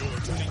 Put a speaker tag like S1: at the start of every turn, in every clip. S1: tuned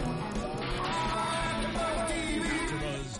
S1: AfterBuzz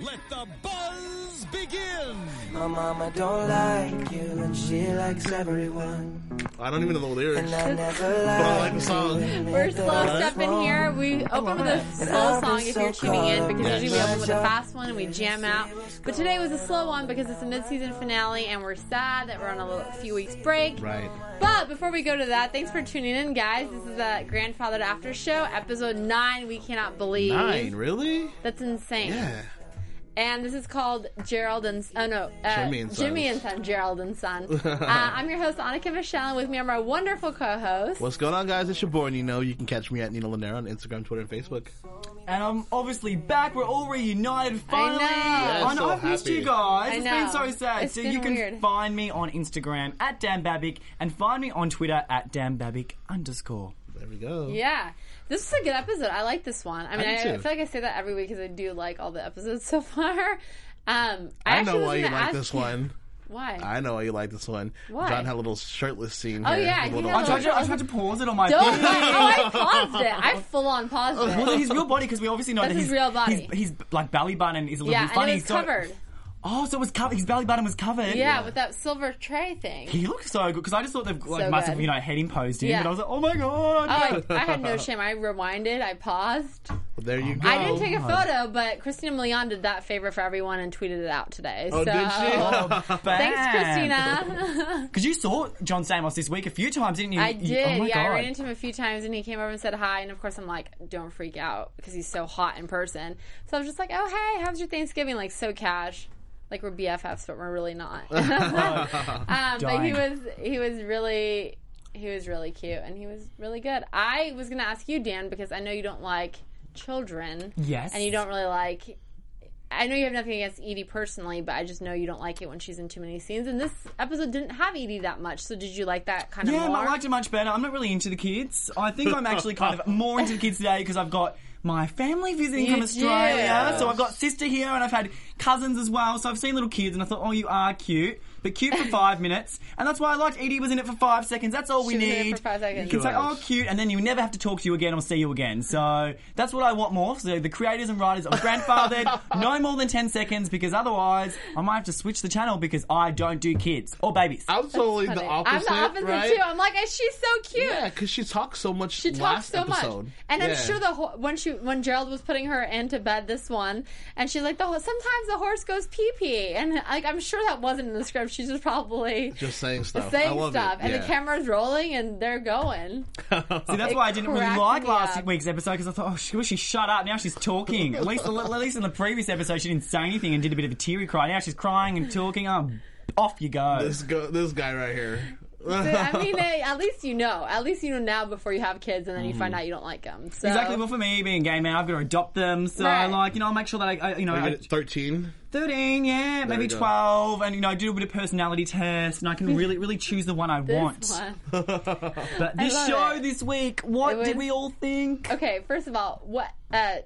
S1: let the buzz begin.
S2: My mama don't like you and she likes everyone.
S3: I don't even know the lyrics.
S2: And I never
S3: But I like the
S2: liked
S3: song.
S4: We're slow step in here. We open with a slow song if you're tuning in because
S3: Yes.
S4: usually we open with a fast one and we jam out. But today was a slow one because it's a mid-season finale and we're sad that we're on a little, few weeks break.
S3: Right.
S4: But before we go to that, thanks for tuning in, guys. This is the Grandfathered After Show, episode nine. We cannot believe
S3: Nine, really?
S4: that's insane.
S3: Yeah.
S4: And this is called Gerald and oh no, uh,
S3: Jimmy and Son.
S4: Jimmy and Son, Gerald and Son. uh, I'm your host Annika Michelle, and with me are my wonderful co-host.
S3: What's going on, guys? It's your boy Nino. You can catch me at Nino Lanera on Instagram, Twitter, and Facebook.
S5: And I'm obviously back. We're all reunited finally.
S4: know. Yeah,
S5: and
S3: so
S5: I've missed
S3: happy.
S5: you guys.
S4: I
S5: It's
S4: know.
S5: been so sad.
S4: It's
S5: so
S4: been
S5: you can
S4: weird.
S5: find me on Instagram at Dan Babic and find me on Twitter at Dan Babic underscore.
S3: There we go.
S4: Yeah. This was a good episode. I like this one. I mean,
S3: do
S4: I, I
S3: too.
S4: feel like I say that every week because I do like all the episodes so far. Um, I,
S3: I
S4: actually
S3: know
S4: was
S3: why you
S4: gonna
S3: like
S4: ask
S3: this
S4: you-
S3: one.
S4: Why?
S3: I know why you like this one.
S4: Why?
S3: John had a little shirtless scene.
S4: Oh,
S3: here.
S4: yeah,
S3: A
S4: he
S3: little-
S4: had
S5: I tried, to, I tried to pause it on my
S4: Don't.
S5: phone.
S4: lie. oh, I paused it. I full on paused
S3: Oh,
S4: it.
S5: Was it his real body? Because we obviously know
S4: That's
S5: that
S4: his real body.
S5: His, his like belly button is a little
S4: Yeah,
S5: bit
S4: and
S5: funny.
S4: it was
S5: so,
S4: covered.
S5: Oh, so it was covered. His belly button was covered.
S4: Yeah, with that silver tray thing.
S5: He looked so good because I just thought they like
S4: So
S5: must
S4: good.
S5: have you know head imposed him,
S4: Yeah.
S5: and I was like, oh my god.
S4: Oh, I, I had no shame. I rewinded. I paused.
S3: Well, there you go.
S4: I didn't take a
S5: God.
S4: photo, but Christina Milian did that favor for everyone and tweeted it out today.
S3: Oh,
S4: so.
S3: did she?
S5: Oh,
S4: Thanks,
S5: bam.
S4: Christina.
S5: Because you saw John Samos this week a few times, didn't you?
S4: I
S5: You-
S4: did.
S5: Oh my
S4: yeah,
S5: god.
S4: I ran into him a few times, and he came over and said hi. And of course, I'm like, "Don't freak out," because he's so hot in person. So I was just like, "Oh, hey, how's your Thanksgiving?" Like so cash, like we're BFFs, but we're really not. um, but he
S5: Dying.
S4: was he was really he was really cute, and he was really good. I was gonna ask you, Dan, because I know you don't like children.
S5: Yes.
S4: and you don't really like. I know you have nothing against Edie personally, but I just know you don't like it when she's in too many scenes. And this episode didn't have Edie that much, so did you like that kind of
S5: Yeah,
S4: more?
S5: I liked it much better. I'm not really into the kids. I think I'm actually kind of more into the kids today because I've got my family visiting
S4: You
S5: from
S4: do.
S5: Australia. So I've got sister here and I've had cousins as well. So I've seen little kids and I thought, oh, you are cute. But cute for five minutes. And that's why I liked Edie was in it for five seconds. That's all we
S4: She was in
S5: need.
S4: it for five seconds.
S5: It's like, oh,
S3: Gosh.
S5: cute. And then you never have to talk to you again or see you again. So that's what I want more. So the creators and writers of Grandfathered, no more than 10 seconds because otherwise I might have to switch the channel because I don't do kids or babies.
S3: I'm totally the opposite.
S4: I'm the opposite
S3: right?
S4: too. I'm like, she's so cute.
S3: Yeah, because she talks so much.
S4: She talks
S3: last
S4: so
S3: episode.
S4: much, and I'm
S3: Yeah.
S4: sure the ho- when she when Gerald was putting her into bed, this one, and she's like, the ho- sometimes the horse goes pee pee, and like I'm sure that wasn't in the script. She's just probably
S3: just saying stuff. I
S4: saying
S3: love
S4: stuff,
S3: it.
S4: and the
S3: Yeah.
S4: camera's rolling, and they're going.
S5: See, that's
S4: It
S5: why I didn't really
S4: cracked
S5: like
S4: me
S5: last
S4: up.
S5: week's episode because I thought, oh, she, well, she shut up. Now she's talking. At least, at least in the previous episode, she didn't say anything and did a bit of a teary cry. Now she's crying and talking. Oh, off you go.
S3: This go, this guy right here.
S4: But, I mean, eh, at least you know. At least you know now before you have kids, and then you
S3: Mm-hmm.
S4: find out you don't like them. So
S5: Exactly. Well, for me, being gay man, I've got to adopt them. So,
S4: Right.
S5: like, you know, I'll make sure that I, I you know, I,
S3: Thirteen.
S5: thirteen, yeah, maybe
S3: you go.
S5: twelve, and you know, do a bit of personality test, and I can really, really choose the one I
S4: this
S5: want.
S4: one.
S5: But this
S4: love
S5: show
S4: it.
S5: this week, what
S4: It was-
S5: did we all think?
S4: Okay, first of all, what uh,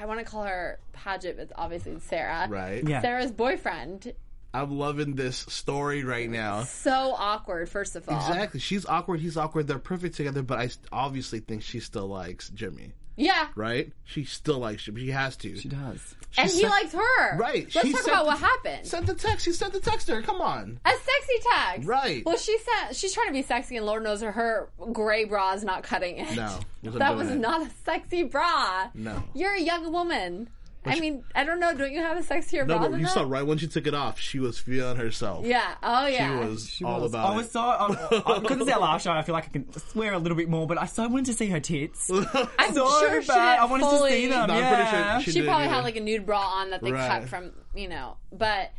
S4: I want to call her Paget, but it's obviously Sarah.
S3: Right.
S5: Yeah.
S4: Sarah's boyfriend.
S3: I'm loving this story right now.
S4: So awkward. First of all,
S3: Exactly. She's awkward. He's awkward. They're perfect together. But I s- obviously think she still likes Jimmy.
S4: yeah.
S3: Right? She still likes Jimmy. She has to.
S5: She does.
S4: and he
S3: sent-
S4: likes her.
S3: Right.
S4: Let's
S3: She
S4: talk
S3: sent
S4: about
S3: the-
S4: what happened.
S3: Sent the text. She sent the text to her. Come on.
S4: a sexy text.
S3: Right.
S4: Well, she sent. She's trying to be sexy, and Lord knows her, her gray bra is not cutting it.
S3: No. wasn't
S4: That
S3: doing
S4: was
S3: it.
S4: not a sexy bra.
S3: No.
S4: You're a young woman. I mean, I don't know. Don't you have a
S3: No,
S4: sexier bra
S3: but
S4: than
S3: you
S4: that?
S3: saw right when she took it off, she was feeling herself.
S4: Yeah. Oh,
S3: She
S4: yeah.
S3: was all about
S5: I was so I- I- because it's our last show. I feel like I can swear a little bit more, but I so wanted to see her tits. so
S4: I'm sure she
S5: bad. I
S4: didn't
S5: wanted
S4: fully-
S5: to see them.
S3: No, I'm pretty sure
S5: yeah.
S3: she-
S4: she
S3: did,
S4: probably
S3: yeah.
S4: had like a nude bra on that they
S3: Right.
S4: cut from you know but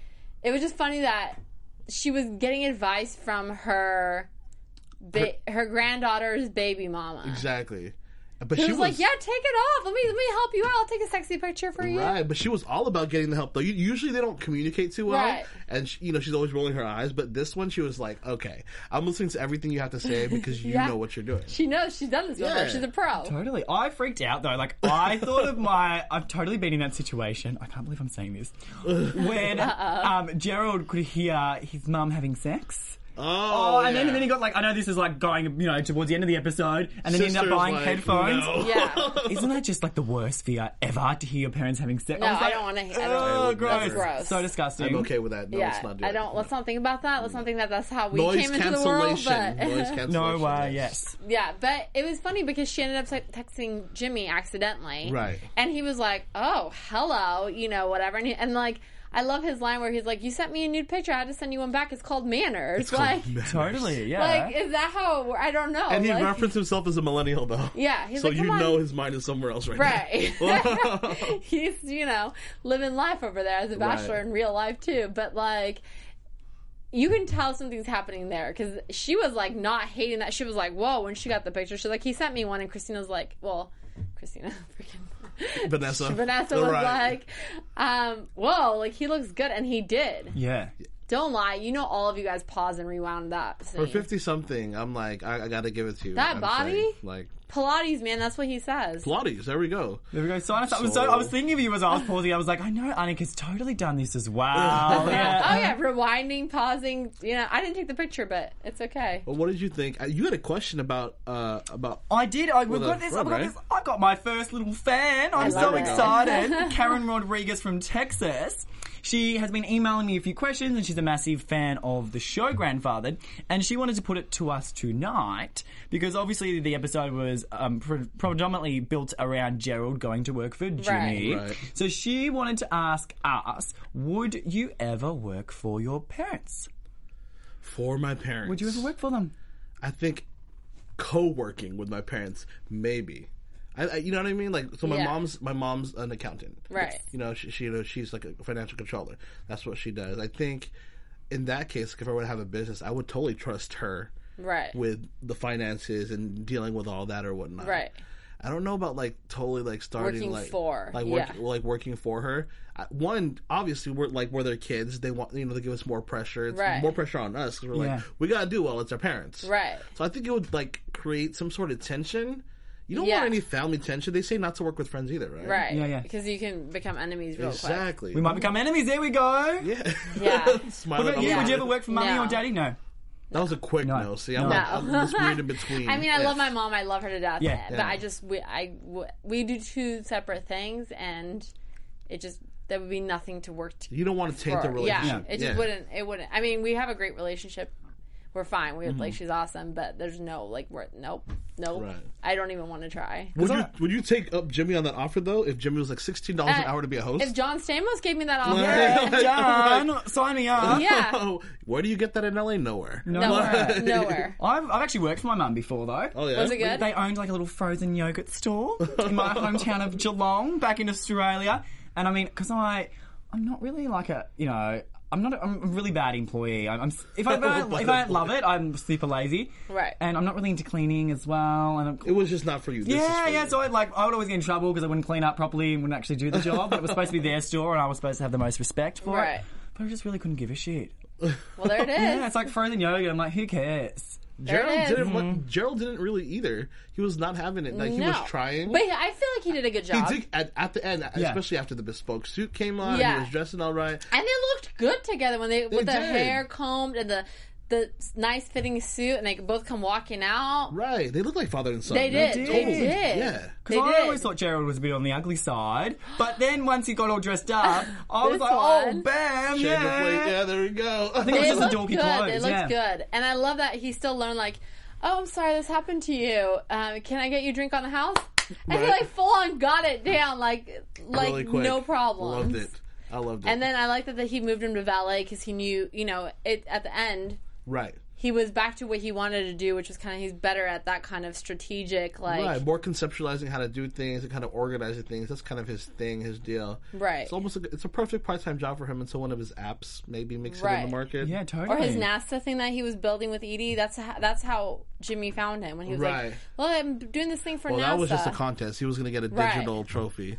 S4: it was just funny that she was getting advice from her ba- her granddaughter's baby mama.
S3: exactly. But
S4: Who's
S3: she
S4: was,
S3: was
S4: like, yeah, take it off. Let me let me help you out. I'll take a sexy picture for you.
S3: Right, but she was all about getting the help though. You- Usually they don't communicate too well,
S4: Right.
S3: and she, you know she's always rolling her eyes. But this one, she was like, "Okay, I'm listening to everything you have to say because you
S4: Yeah.
S3: know what you're doing."
S4: She knows she's done this before.
S3: Yeah.
S4: She's a pro.
S5: Totally. I freaked out though. Like I thought of my. I've totally been in that situation. I can't believe I'm saying this. When
S4: Uh-uh.
S5: um, Gerald could hear his mum having sex. Oh, and then,
S3: yeah.
S5: then he got like I know this is like going you know towards the end of the episode, and then he ended
S3: Sister's
S5: up buying
S3: like,
S5: headphones.
S3: "No."
S4: Yeah.
S5: Isn't that just like the worst fear ever to hear your parents having sex?
S4: No,
S5: was
S4: I
S5: like,
S4: don't wanna he- I don't-
S5: Oh,
S4: That's
S5: gross.
S4: gross.
S5: So disgusting.
S3: I'm okay with that. No,
S4: yeah,
S3: let's not do
S4: I
S3: it.
S4: don't. Let's not think about that. Let's not think that that's how we
S3: Noise
S4: came into the world.
S3: cancellation.
S4: But
S3: Noise cancellation.
S5: No way. Yes.
S4: yeah, but it was funny because she ended up te- texting Jimmy accidentally,
S3: Right.
S4: And he was like, "Oh, hello," you know, whatever. And, he, and like, I love his line where he's like, "You sent me a nude picture. I had to send you one back. It's called manners." like,
S5: Totally. Yeah.
S4: like is that how? I don't know.
S3: And he
S4: like,
S3: referenced himself as a millennial though.
S4: Yeah, he's
S3: so
S4: like,
S3: you
S4: "Come on."
S3: know his mind is somewhere else right,
S4: Right.
S3: now. Right.
S4: he's you know living life over there as a bachelor
S3: Right.
S4: in real life too but like you can tell something's happening there because she was like not hating that she was like whoa when she got the picture she's like he sent me one and christina's like well christina freaking
S3: Vanessa.
S4: vanessa was like um whoa like he looks good and he did
S5: yeah.
S4: don't lie you know all of you guys paused and rewound that
S3: For
S4: scene.
S3: fifty something, I'm like, I, I gotta give it to you.
S4: That
S3: I'm
S4: body?
S3: saying, like
S4: pilates man that's what he says
S3: Pilates. There we go.
S5: There we go. So, I- I was- so
S3: So-
S5: I was thinking of you as I was pausing. I was like, I know Annika's totally done this as well.
S4: oh
S5: yeah.
S4: yeah rewinding pausing you know i didn't take the picture but it's okay
S3: But what did you think? Uh, You had a question about uh about
S5: I did. I
S3: Well,
S5: got
S3: the
S5: this. I
S3: front,
S5: got
S3: right?
S5: this. I got my first little fan. I'm
S4: love
S5: so
S4: it.
S5: excited. Karen Rodriguez from Texas. She has been emailing me a few questions, and she's a massive fan of the show Grandfathered. And she wanted to put it to us tonight because obviously the episode was um, pre- predominantly built around Gerald going to work for Jimmy.
S3: Right.
S5: So she wanted to ask us: Would you ever work for your parents?
S3: for my parents.
S5: Would you ever work for them?
S3: I think co-working with my parents, maybe. I, I, you know what I mean? Like, so my
S4: Yeah.
S3: mom's my mom's an accountant,
S4: Right.
S3: You know, she, she you know she's like a financial controller. That's what she does. I think in that case, if I were to have a business, I would totally trust her
S4: right
S3: with the finances and dealing with all that or whatnot.
S4: Right.
S3: I don't know about like totally like starting
S4: Working
S3: like
S4: for,
S3: like work,
S4: yeah.
S3: like working for her. I, one obviously we're like we're their kids. They want you know they give us more pressure. It's
S4: Right.
S3: more pressure on us because we're
S5: Yeah.
S3: like we gotta do well. It's our parents.
S4: Right.
S3: So I think it would like create some sort of tension. You don't
S4: Yeah.
S3: want any family tension. They say not to work with friends either, right?
S4: Right.
S5: Yeah, yeah.
S4: Because you can become enemies real
S3: Exactly.
S5: We might become enemies. There we go.
S4: quick. Yeah.
S3: Smile
S5: What about
S3: at
S5: you?
S3: all.
S5: Would you ever work for mummy
S4: No.
S5: or daddy? No.
S3: That was a quick
S5: No.
S3: no. See, I'm
S5: No.
S3: like I'm
S4: No.
S3: this weird in between.
S4: I mean, I love
S3: If-
S4: my mom. I love her to death.
S5: Yeah.
S4: But
S3: Yeah.
S4: I just we I w- we do two separate things, and it just there would be nothing to work to.
S3: You don't want to taint the
S4: for-
S3: relationship.
S4: Yeah. It just wouldn't. It wouldn't. I mean, we have a great relationship. We're fine. We
S5: Mm-hmm.
S4: like she's awesome, but there's no like we're nope nope.
S3: Right.
S4: I don't even want to try.
S3: Would you, would you take up Jimmy on that offer though? If Jimmy was like sixteen dollars an
S4: Uh,
S3: hour to be a host,
S4: If John Stamos gave me that offer,
S3: Yeah.
S4: yeah,
S5: Done. Sign me up.
S3: Oh, where do you get that in LA? Nowhere.
S4: nowhere, nowhere.
S5: I've, I've actually worked for my mum before though.
S3: Oh yeah.
S4: Was it good?
S5: They owned like a little frozen yogurt store in my hometown of Geelong, back in Australia. And I mean, because I, I'm not really like a, you know, I'm not. A, I'm a really bad employee. I'm, I'm if I don't, if I don't love it, I'm super lazy.
S4: Right.
S5: And I'm not really into cleaning as well. And I'm,
S3: It was just not for you. This is
S5: Yeah,
S3: for
S5: yeah.
S3: you.
S5: So I like I would always get in trouble because I wouldn't clean up properly and wouldn't actually do the job. But it was supposed to be their store, and I was supposed to have the most respect for
S4: Right.
S5: it. But I just really couldn't give a shit.
S4: Well, there it is.
S5: Yeah, it's like frozen yogurt. I'm like, who cares?
S4: There it
S3: Gerald
S4: is.
S3: didn't.
S5: Mm-hmm.
S3: want- Gerald didn't really either. He was not having it. Like he was trying.
S4: But I feel like he did a good
S3: he
S4: job.
S3: did at, at the end,
S5: Yeah.
S3: especially after the bespoke suit came on.
S4: Yeah.
S3: He was dressing all right.
S4: and they looked good together when they with the
S3: did.
S4: hair combed and the the nice fitting suit, and they could both come walking out.
S3: Right. They look like father and son.
S4: They did. They
S5: Totally.
S4: did.
S3: Yeah.
S4: They
S5: Because I
S4: did.
S5: always thought Gerald was a bit on the ugly side, but then once he got all dressed up, I was
S4: This
S5: like,
S4: one.
S5: oh, bam,
S3: Shade of Blake,
S5: yeah.
S3: yeah, there we go.
S5: think
S4: They
S5: Those are
S4: looked
S5: dorky
S4: good. they
S5: clothes,
S4: looked
S5: yeah.
S4: good, and I love that he still learned like, "Oh, I'm sorry, this happened to you. Um, can I get you a drink on the house?" And he
S3: Right.
S4: like full on got it down, like like
S3: Really quick.
S4: no problem.
S3: Loved it. I loved it.
S4: And then I like that, that he moved him to valet because he knew, you know, it at the end
S3: right.
S4: he was back to what he wanted to do, which was kind of he's better at that kind of strategic like
S3: right, more conceptualizing how to do things and kind of organizing things. That's kind of his thing, his deal.
S4: Right.
S3: It's almost like, it's a perfect part time job for him until one of his apps maybe makes it in
S4: Right.
S3: the market.
S5: Yeah, totally.
S4: Or his NASA thing that he was building with Edie. That's how, that's how Jimmy found him when he was
S3: Right.
S4: like, "Well, I'm doing this thing for
S3: Well,
S4: NASA."
S3: that was just a contest. He was going to get a
S4: Right.
S3: digital trophy.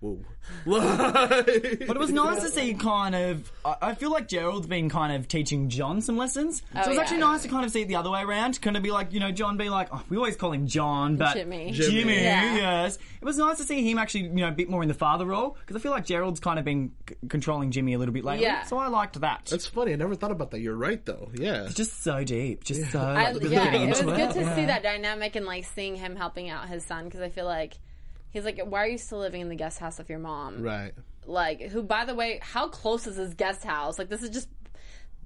S3: Whoa. but
S5: But it was nice to see kind of. I I feel like Gerald's been kind of teaching John some lessons. so it was
S4: Oh, yeah.
S5: actually nice to kind of see it the other way around. Kind of be like, you know, John be like, oh, we always call him John, but
S4: Jimmy.
S5: Jimmy,
S3: Jimmy.
S4: Yeah.
S5: yes. It was nice to see him actually, you know, a bit more in the father role because I feel like Gerald's kind of been c- controlling Jimmy a little bit lately.
S4: Yeah.
S5: So I liked that.
S3: That's funny. I never thought about that. You're right, though. Yeah.
S5: just so deep. Just so.
S4: I,
S5: like,
S4: yeah,
S5: getting
S4: it was
S5: into
S4: good to
S5: Yeah.
S4: see that dynamic and like seeing him helping out his son because I feel like he's like, "Why are you still living in the guest house of your mom?"
S3: Right.
S4: Like, who, by the way, how close is this guest house? Like, this is just.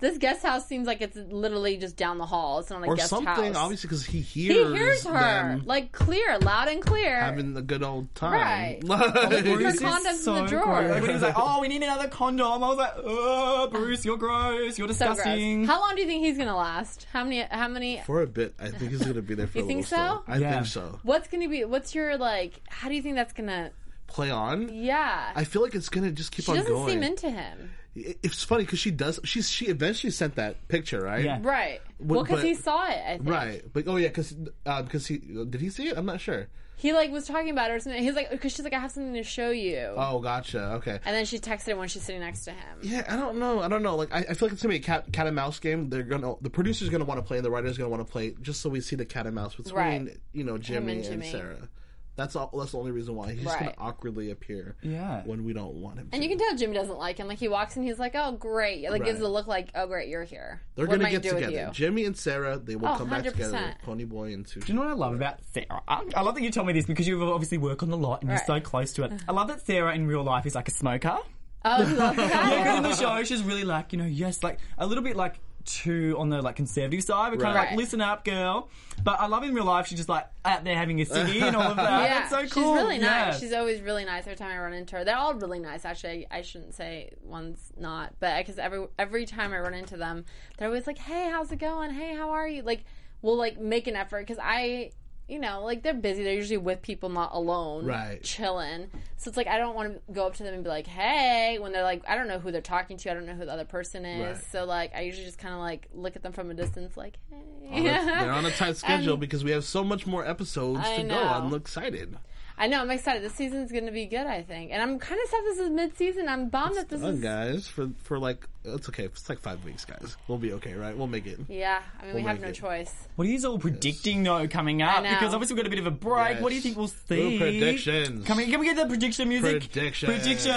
S4: This guest house seems like it's literally just down the hall. It's not a
S3: Or
S4: guest
S3: something,
S4: house.
S3: obviously, because he
S4: he
S3: hears,
S4: hears her
S3: them
S4: like clear, loud and clear.
S3: having the good old time.
S4: Right.
S3: Like-
S4: Her
S5: Bruce is
S4: condoms in the drawer.
S5: gross. When he was like, "Oh, we need another condom," I was like, "Oh, Bruce, you're gross. You're
S4: So gross.
S5: disgusting."
S4: How long do you think he's gonna last? How many? How many?
S3: for a bit, I think he's going to be there for
S4: You
S3: a
S4: think
S3: little
S4: so?
S3: still. I
S5: Yeah.
S3: think so.
S4: What's gonna be? What's your like? How do you think that's gonna?
S3: Play on.
S4: Yeah,
S3: I feel like it's going to just keep
S4: she
S3: on
S4: doesn't
S3: going.
S4: seem into him,
S3: It- it's funny because she does. She's she eventually sent that picture, right?
S5: Yeah.
S4: right? Well, because
S3: but-
S4: he saw it. I think.
S3: Right. But oh yeah, because because he did he see it? I'm not sure.
S4: He like was talking about it or something. He's like, because she's like, I have something to show you,
S3: Oh, gotcha. Okay.
S4: and then she texted him when she's sitting next to him.
S3: Yeah, I don't know. I don't know. Like I, I feel like it's gonna be a cat, cat and mouse game. They're gonna the producer's gonna want to play and the writer's gonna want to play just so we see the cat and mouse between
S4: Right.
S3: you know Jimmy
S4: and
S3: and,
S4: Jimmy.
S3: Sarah. That's all. That's the only reason why he's just gonna
S4: Right.
S3: awkwardly appear.
S5: Yeah.
S3: When we don't want him.
S4: And
S3: to.
S4: you can tell Jimmy doesn't like him. Like he walks in, he's like, "Oh, great!" Like gives
S3: Right.
S4: a look like, "Oh, great, you're here."
S3: They're
S4: what
S3: gonna
S4: am I
S3: get
S4: do with
S3: together.
S4: you?
S3: Jimmy and Sarah. They will
S4: Oh,
S3: come back together.
S4: 100%.
S3: Pony Boy and Sushi.
S5: Do you know what I love about Sarah? I, I love that you told me this because you obviously work on the lot and
S4: Right.
S5: you're so close to it. I love that Sarah in real life is like a smoker.
S4: Oh, he loves
S5: Yeah, 'cause
S4: that.
S5: in the show she's really like, you know, yes, like a little bit like too on the like conservative side, but kind of
S3: Right.
S5: like listen up, girl. But I love in real life she's just like out there having a ciggy and all of that.
S4: Yeah,
S5: That's so cool.
S4: she's really nice.
S5: Yeah.
S4: She's always really nice. Every time I run into her, they're all really nice. Actually, I, I shouldn't say one's not, but because every every time I run into them, they're always like, "Hey, how's it going? Hey, how are you?" Like, we'll like make an effort because I, you know, like they're busy. They're usually with people, not alone,
S3: Right.
S4: Chilling. So it's like I don't want to go up to them and be like, "Hey," when they're like, I don't know who they're talking to. I don't know who the other person is.
S3: Right.
S4: So like, I usually just kind of like look at them from a distance, like, "Hey."
S3: They're- They're on a tight schedule
S4: And-
S3: because we have so much more episodes
S4: I
S3: to go.
S4: know.
S3: I'm excited.
S4: I know. I'm excited. This season's going to be good, I think. And I'm kind of sad this is mid-season. I'm bummed that this
S3: Done,
S4: is.
S3: guys. For for like it's okay. It's like five weeks, guys. We'll be okay, right? We'll make it.
S4: Yeah, I mean, we
S3: We'll
S4: have
S3: make
S4: no
S3: it.
S4: choice.
S5: What are you all predicting though coming up?
S4: know.
S5: Because obviously we've got a bit of a break. What do you
S3: Yes.
S5: think we'll see?
S3: Ooh, predictions.
S5: Can we, can we get the prediction music?
S3: Predictions.
S5: Predictions.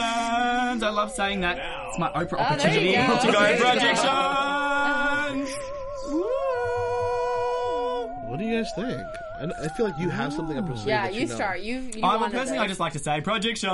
S5: I love saying that. It's my Oprah
S4: Oh, there
S5: opportunity
S4: you go.
S5: to go
S4: There you go.
S5: predictions. Woo.
S3: What do you guys think? I, I feel like you have something up your sleeve.
S4: Yeah,
S3: that
S4: you,
S3: know.
S4: start. You. you
S5: I'm
S4: wanted
S5: personally, I
S4: this.
S5: just like to say predictions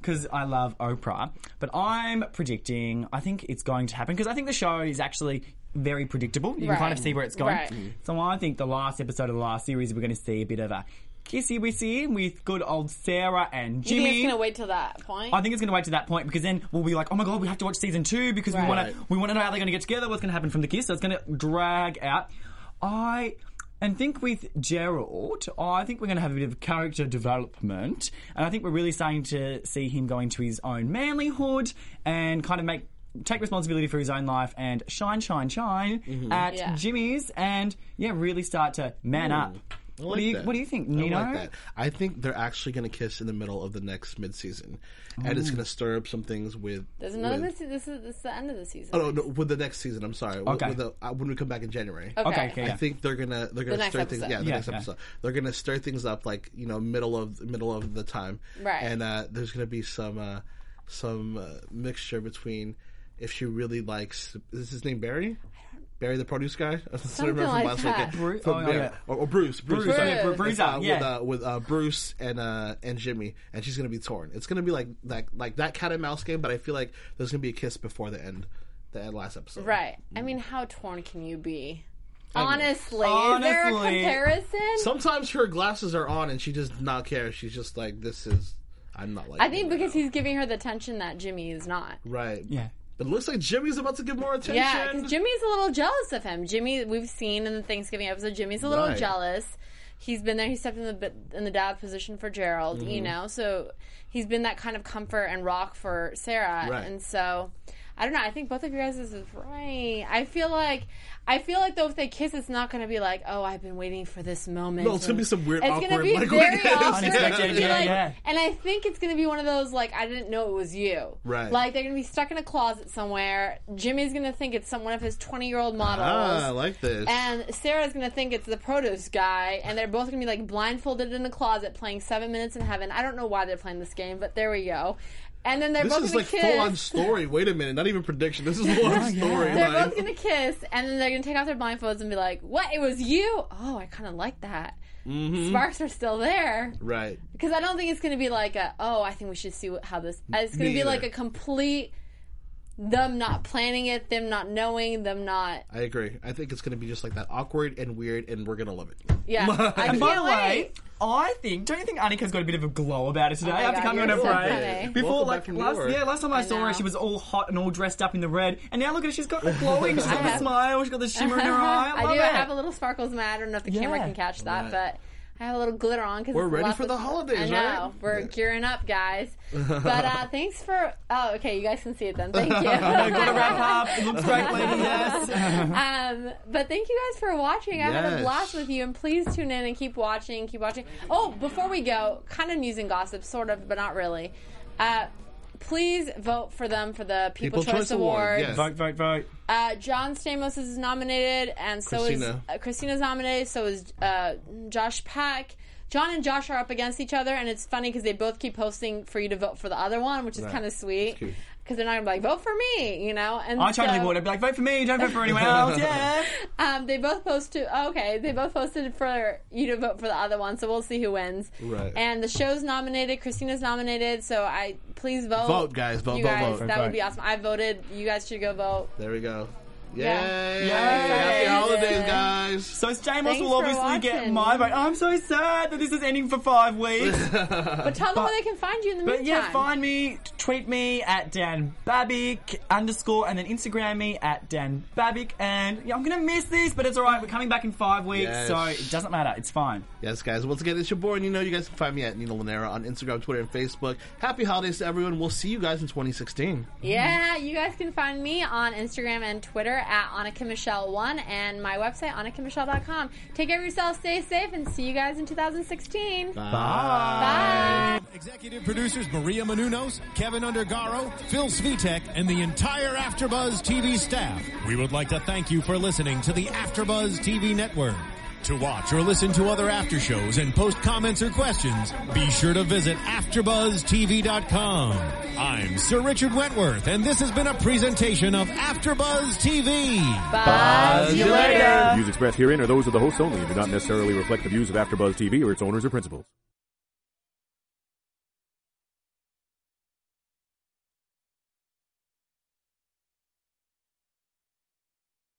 S5: because I love Oprah. But I'm predicting. I think it's going to happen because I think the show is actually very predictable. You
S4: Right.
S5: can kind of see where it's going. Mm-hmm.
S4: Right. Mm.
S5: So I think the last episode of the last series, we're going to see a bit of a kissy wissy with good old Sarah and
S4: You
S5: Jimmy.
S4: think it's going to wait till that point?
S5: I think it's going to wait to that point because then we'll be like, oh my god, we have to watch season two because we
S4: Right.
S5: want to
S3: Right.
S5: we want to know how they're going to get together, what's going to happen from the kiss. So it's going to drag out. I and think with Gerald, I think we're going to have a bit of character development, and I think we're really starting to see him go into his own manlyhood and kind of make take responsibility for his own life and shine, shine, shine
S3: Mm-hmm.
S5: at
S4: Yeah.
S5: Jimmy's, and yeah, really start to man up.
S3: Mm. I
S5: what
S3: like
S5: do you
S3: that.
S5: What do you think,
S3: I
S5: Nino?
S3: like that. I think they're actually going to kiss in the middle of the next mid-season, and it's going to stir up some things with.
S4: Mm. There's another.
S3: with-
S4: This, this is this is the end of the season.
S3: Oh no, no, with the next season. I'm sorry. With-
S5: Okay.
S3: with the- uh, when we come back in January.
S5: Okay, okay, yeah.
S3: I think they're gonna they're gonna
S4: The next
S3: stir things.
S4: episode.
S3: Yeah, the
S5: Yeah,
S3: next
S5: yeah.
S3: episode. They're gonna stir things up like you know middle of middle of the time.
S4: Right.
S3: And uh, there's gonna be some uh, some uh, mixture between if she really likes is his name Barry. Barry the produce guy, I still remember
S4: like
S3: from last
S4: that.
S3: weekend.
S5: Bru-
S3: From
S5: oh,
S3: Barry.
S5: yeah.
S3: Or, or Bruce, Bruce,
S5: Bruce.
S3: sorry.
S4: Yeah, Bru-
S5: Bruce,
S3: Uh,
S5: yeah.
S3: with, uh, with uh, Bruce and uh, and Jimmy, and she's gonna be torn. It's gonna be like like like that cat and mouse game, but I feel like there's gonna be a kiss before the end, the end last episode.
S4: Right. I mean, how torn can you be? Honestly, is there a
S5: Honestly.
S4: comparison?
S3: Sometimes her glasses are on and she does not care. She's just like, this is. I'm not like.
S4: I think because he's giving her the attention that Jimmy is not.
S3: Right.
S5: Yeah.
S3: But it looks like Jimmy's about to give more attention.
S4: Yeah, because Jimmy's a little jealous of him. Jimmy, we've seen in the Thanksgiving episode, Jimmy's a little
S3: Right.
S4: jealous. He's been there. He stepped in the bi- in the dad position for Gerald,
S3: Mm-hmm.
S4: you know. So he's been that kind of comfort and rock for Sarah,
S3: Right.
S4: and so. I don't know. I think both of you guys is right. I feel like, I feel like though if they kiss, it's not going to be like, oh, I've been waiting for this moment.
S3: No, it's gonna be some weird,
S4: It's gonna
S3: awkward,
S4: be
S3: like,
S4: very
S3: yes.
S4: awkward. It's gonna
S5: Unexpected,
S4: be
S5: yeah,
S4: like-
S5: yeah.
S4: And I think it's going to be one of those like I didn't know it was you.
S3: Right.
S4: Like they're going to be stuck in a closet somewhere. Jimmy's going to think it's some one of his twenty-year-old models.
S3: Ah, I like this.
S4: and Sarah's gonna think it's the produce guy, and they're both gonna be like blindfolded in a closet playing Seven Minutes in Heaven. I don't know why they're playing this game, but there we go. And then they're
S3: this
S4: both
S3: is
S4: gonna
S3: like
S4: kiss.
S3: full on story. Wait a minute, not even prediction. This is full
S5: Oh,
S3: on story.
S4: They're
S3: like-
S4: both gonna kiss, and then they're gonna take off their blindfolds and be like, "What? It was you? Oh, I kind of like that."
S3: Mm-hmm.
S4: Sparks are still there.
S3: Right.
S4: Because I don't think it's going to be like a oh, I think we should see what, how this. uh, It's going to
S3: Me
S4: be like
S3: either.
S4: a complete them not planning it, them not knowing, them not.
S3: I agree. I think it's going to be just like that awkward and weird, and we're going to love it.
S4: Yeah, I
S5: And
S4: can't
S5: by the way,
S4: wait.
S5: I think, don't you think Annika's got a bit of a glow about it today
S4: my
S5: after
S4: God,
S5: coming on
S4: you're
S5: her
S4: so
S5: parade?
S4: funny.
S5: Before,
S3: Welcome
S5: like,
S3: back from New
S5: last,
S3: York.
S5: yeah, last time I, saw her,
S4: know.
S5: she was all hot and all dressed up in the red. And now look at her, she's got the glowing, she's got the
S4: have-
S5: smile, she's got the shimmer in her eye. I,
S4: I
S5: love
S4: do.
S5: it.
S4: I have a little sparkles in my eye. I don't know if the camera
S5: Yeah.
S4: can catch that,
S3: Right.
S4: but I have a little glitter on because
S3: We're ready for the holidays,
S4: I know
S3: right?
S4: we're
S3: Yeah.
S4: gearing up, guys. But uh, thanks for. Oh, okay, you guys can see it then. Thank you.
S5: Gotta wrap up. It looks great, lady, yes.
S4: Um, but thank you guys for watching. I had
S3: Mm-hmm. Yes.
S4: a blast with you, and please tune in and keep watching. Keep watching. Oh, before we go, kind of news and gossip, sort of, but not really. Uh, please vote for them for the People, Choice, Awards.
S3: yes.
S5: vote, vote, vote.
S4: Uh, John Stamos is nominated, and so
S3: Christina.
S4: is uh, Christina's nominated. So is uh, Josh Pack. John and Josh are up against each other, and it's funny because they both keep posting for you to vote for the other one, which is kind of sweet
S3: cute.
S4: because they're not gonna be like vote for me, you know. And
S5: I totally
S4: so-
S5: would. I'd be like, vote for me, don't vote for anyone else. Yeah.
S4: um, they both posted. Oh, okay, they both posted for you to vote for the other one, so we'll see who wins.
S3: Right.
S4: And the show's nominated. Christina's nominated. So I please vote.
S3: Vote, guys. Vote,
S4: you
S3: vote,
S4: guys,
S3: vote.
S4: That
S5: Vote.
S4: would be awesome. I voted. You guys should go vote.
S3: There we go. Yay!
S4: Yeah.
S3: Happy
S5: Yay.
S3: holidays, guys.
S5: So Stamos
S4: Thanks
S5: will
S4: for
S5: obviously get
S4: watching.
S5: my vote. I'm so sad that this is ending for five weeks.
S3: Uh,
S4: But tell them where they can find you in the
S5: But
S4: meantime.
S5: yeah, find me, t- tweet me at Dan Babic underscore, and then Instagram me at Dan Babic. And yeah, I'm gonna miss this, but it's all right. We're coming back in five weeks,
S3: Yes.
S5: so it doesn't matter. It's fine.
S3: Yes, guys. Once again, it's your boy, and you know you guys can find me at Nina Lanera on Instagram, Twitter, and Facebook. Happy holidays to everyone. We'll see you guys in 2016.
S4: Yeah, you guys can find me on Instagram and Twitter at AnnikaMichelle1 and my website, AnnikaMichelle.com. Take care of yourselves, stay safe, and see you guys in 2016.
S3: Bye.
S4: Bye.
S1: Executive producers Maria Manunos, Kevin Undergaro, Phil Svitek, and the entire AfterBuzz TV staff. We would like to thank you for listening to the AfterBuzz TV network. To watch or listen to other after shows and post comments or questions, be sure to visit AfterBuzzTV.com. I'm Sir Richard Wentworth, and this has been a presentation of AfterBuzz TV.
S4: Bye. See you later.
S6: Views expressed herein are those of the hosts only and do not necessarily reflect the views of AfterBuzz TV or its owners or principals.